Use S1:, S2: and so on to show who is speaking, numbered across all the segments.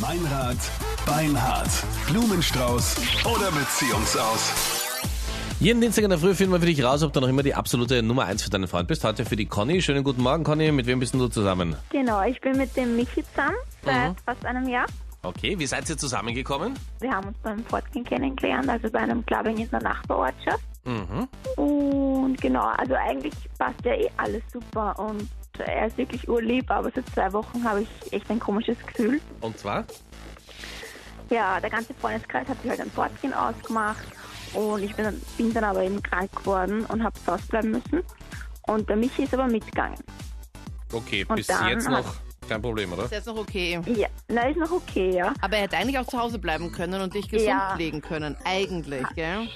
S1: Meinrad, Beinhard, Blumenstrauß oder Beziehungsaus.
S2: Jeden Dienstag in der Früh finden wir für dich raus, ob du noch immer die absolute Nummer 1 für deinen Freund bist. Heute für die Conny. Schönen guten Morgen, Conny. Mit wem bist denn du zusammen?
S3: Genau, ich bin mit dem Michi zusammen seit fast einem Jahr.
S2: Okay, wie seid ihr zusammengekommen?
S3: Wir haben uns beim Fortgehen kennengelernt, also bei einem Clubbing in der Nachbarortschaft.
S2: Mhm.
S3: Und genau, also eigentlich passt ja eh alles super und er ist wirklich urlieb, aber seit zwei Wochen habe ich echt ein komisches Gefühl.
S2: Und zwar?
S3: Ja, der ganze Freundeskreis hat sich halt ein Fortgehen ausgemacht und ich bin, dann- bin dann aber eben krank geworden und habe zu Hause bleiben müssen. Und der Michi ist aber mitgegangen.
S2: Okay,
S3: Und
S2: bis
S3: dann
S2: jetzt
S3: hat-
S2: noch kein Problem, oder?
S4: Ist jetzt noch okay.
S3: Ja, na ist noch okay, ja.
S4: Aber er hätte eigentlich auch zu Hause bleiben können und dich gesund
S3: Ja.
S4: pflegen können. Eigentlich, gell?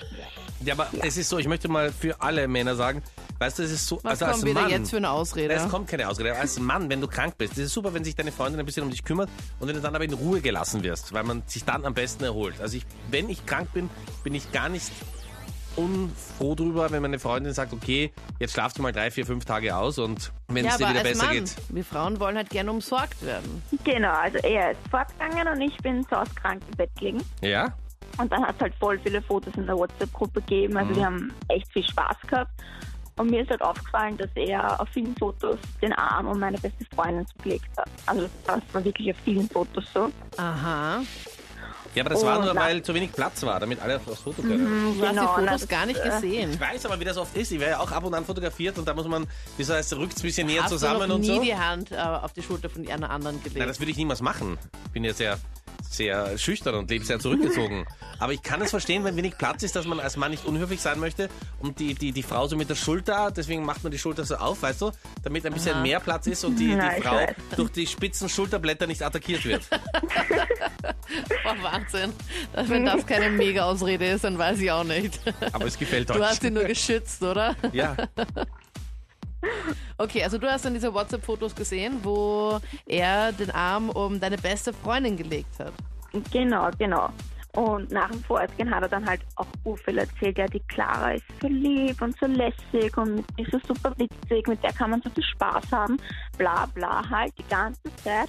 S2: Ja, aber es ist so, ich möchte mal für alle Männer sagen, weißt du, es ist so,
S4: Was
S2: also als
S4: kommt wieder
S2: Mann,
S4: jetzt für eine Ausrede?
S2: Es kommt keine Ausrede. Als Mann, wenn du krank bist, ist es super, wenn sich deine Freundin ein bisschen um dich kümmert und wenn du dann aber in Ruhe gelassen wirst, weil man sich dann am besten erholt. Also ich, wenn ich krank bin, bin ich gar nicht unfroh drüber, wenn meine Freundin sagt, okay, jetzt schlafst du mal drei, vier, fünf Tage aus und wenn es
S4: ja,
S2: dir
S4: aber
S2: wieder
S4: als
S2: besser
S4: Mann,
S2: geht.
S4: wir Frauen wollen halt gerne umsorgt werden.
S3: Genau, also er ist fortgegangen und ich bin zu Hause krank im Bett gelegen.
S2: Ja?
S3: Und dann hat es halt voll viele Fotos in der WhatsApp-Gruppe gegeben.
S4: Mhm.
S3: Also wir haben echt viel Spaß gehabt. Und mir ist halt aufgefallen, dass er auf vielen Fotos den Arm um meine beste Freundin geblickt hat. Also das war wirklich auf vielen Fotos so.
S4: Aha.
S2: Ja, aber das war
S3: Oh,
S2: nur,
S3: na.
S2: weil zu wenig Platz war, damit alle aufs Foto können.
S4: Du hast die
S3: Genau, na,
S4: Fotos
S3: das- äh,
S4: gar nicht
S2: Ich
S4: gesehen.
S2: weiß aber, wie das oft ist. Ich werde ja auch ab und an fotografiert und da muss man, wie das heißt, rückt ein bisschen näher
S4: hast du
S2: zusammen
S4: noch
S2: und
S4: nie
S2: so.
S4: die Hand äh, auf die Schulter von einer anderen gelegt?
S2: Nein, das würde ich niemals machen. Ich bin ja sehr, sehr schüchtern und lebe sehr zurückgezogen. Aber ich kann es verstehen, wenn wenig Platz ist, dass man als Mann nicht unhöflich sein möchte und die, die, die Frau so mit der Schulter, deswegen macht man die Schulter so auf, weißt du, damit ein bisschen mehr Platz ist und die,
S3: Nein,
S2: die
S3: ich
S2: Frau
S3: weiß.
S2: durch die spitzen Schulterblätter nicht attackiert wird.
S4: Boah, Oh, Wahnsinn. Dass, Wenn das keine Mega-Ausrede ist, dann weiß ich auch nicht.
S2: Aber es gefällt euch.
S4: Du hast ihn nur geschützt, oder?
S2: ja,
S4: Okay, also du hast dann diese WhatsApp-Fotos gesehen, wo er den Arm um deine beste Freundin gelegt hat.
S3: Genau, genau. Und nach dem Fortgehen hat er dann halt auch Urfell erzählt, ja, die Clara ist so lieb und so lässig und mit- die ist so super witzig, mit der kann man so viel Spaß haben, bla bla halt die ganze Zeit.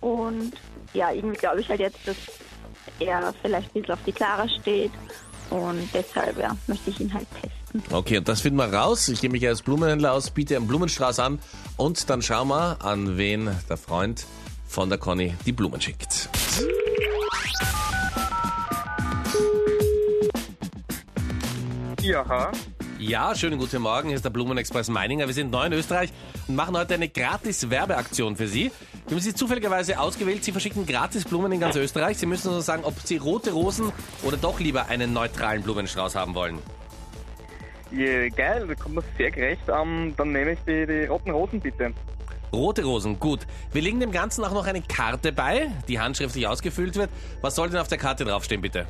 S3: Und ja, irgendwie glaube ich halt jetzt, dass er vielleicht ein bisschen auf die Clara steht und deshalb ja, möchte ich ihn halt testen.
S2: Okay, und das finden wir raus. Ich gehe mich als Blumenhändler aus, biete am Blumenstrauß an und dann schauen wir, an wen der Freund von der Conny die Blumen schickt.
S5: Ja,
S2: Ja, schönen guten Morgen. Hier ist der Blumenexpress Meininger. Wir sind neu in Österreich und machen heute eine gratis Werbeaktion für Sie. Wir haben Sie zufälligerweise ausgewählt. Sie verschicken gratis Blumen in ganz Österreich. Sie müssen uns sagen, ob Sie rote Rosen oder doch lieber einen neutralen Blumenstrauß haben wollen.
S5: je, geil, da kommt man sehr gerecht. Ähm, dann nehme ich die, die roten Rosen bitte.
S2: Rote Rosen, gut. Wir legen dem Ganzen auch noch eine Karte bei, die handschriftlich ausgefüllt wird. Was soll denn auf der Karte draufstehen, bitte?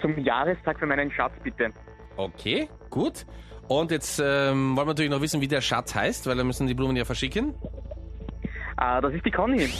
S5: Zum Jahrestag für meinen Schatz bitte.
S2: Okay, gut. Und jetzt ähm, wollen wir natürlich noch wissen, wie der Schatz heißt, weil wir müssen die Blumen ja verschicken.
S5: Ah, das ist die Conny.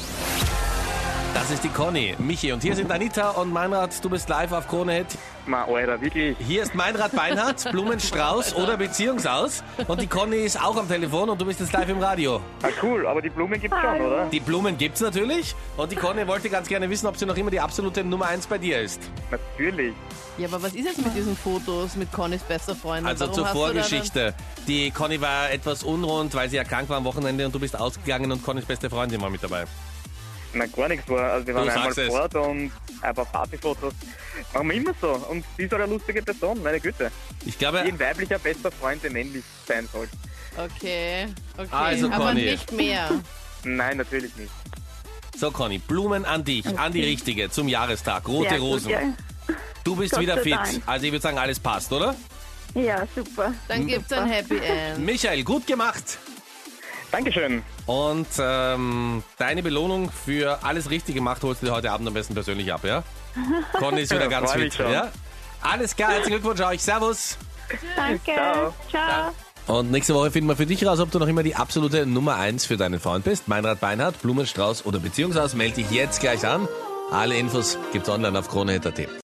S2: Das ist die Conny, Michi und hier sind Anita und Meinrad. Du bist live auf Krone Hit.
S5: Ma, Alter, wirklich.
S2: Hier ist Meinrad Beinhardt, Blumenstrauß oder Beziehungsaus. Und die Conny ist auch am Telefon und du bist jetzt live im Radio.
S5: Ah, cool, aber die Blumen gibt's schon, oder?
S2: Die Blumen gibt's natürlich. Und die Conny wollte ganz gerne wissen, ob sie noch immer die absolute Nummer 1 bei dir ist.
S5: Natürlich.
S4: Ja, aber was ist jetzt mit diesen Fotos mit Connys bester Freundin?
S2: Also
S4: Warum
S2: zur
S4: hast du da dann-
S2: Vorgeschichte. Die Conny war etwas unrund, weil sie ja krank war am Wochenende und du bist ausgegangen und Connys beste Freundin war mit dabei.
S5: Na, gar nichts war. Also, wir waren einmal
S2: sagst es.
S5: fort und ein paar Partyfotos. Warum immer so? Und sie ist auch eine lustige Person, meine Güte.
S2: Ich glaube,
S5: Wie ein weiblicher bester Freund, der männlich sein soll.
S4: Okay, okay.
S2: Also,
S4: aber
S2: Conny.
S4: nicht mehr.
S5: Nein, natürlich nicht.
S2: so Conny, Blumen an dich, an die richtige, zum Jahrestag, rote
S3: Sehr gut,
S2: Rosen.
S3: ja.
S2: Du bist
S3: Gott
S2: wieder
S3: sei
S2: fit.
S3: Dank.
S2: Also ich würde sagen, alles passt, oder?
S3: Ja, super.
S4: Dann gibt's ein Happy End.
S2: Michael, gut gemacht.
S5: Dankeschön.
S2: Und ähm, deine Belohnung für alles richtig gemacht holst du dir heute Abend am besten persönlich ab, ja? Conny ist wieder
S5: Ja,
S2: ganz
S5: freu
S2: fit,
S5: mich schon.
S2: ja? Alles klar, herzlichen Glückwunsch euch. Servus.
S3: Danke.
S5: Ciao.
S3: Ciao.
S2: Und nächste Woche finden wir für dich raus, ob du noch immer die absolute Nummer 1 für deinen Freund bist. Meinrad Beinhardt, Blumenstrauß oder Beziehungsaus. Melde dich jetzt gleich an. Alle Infos gibt's online auf kronehit.at.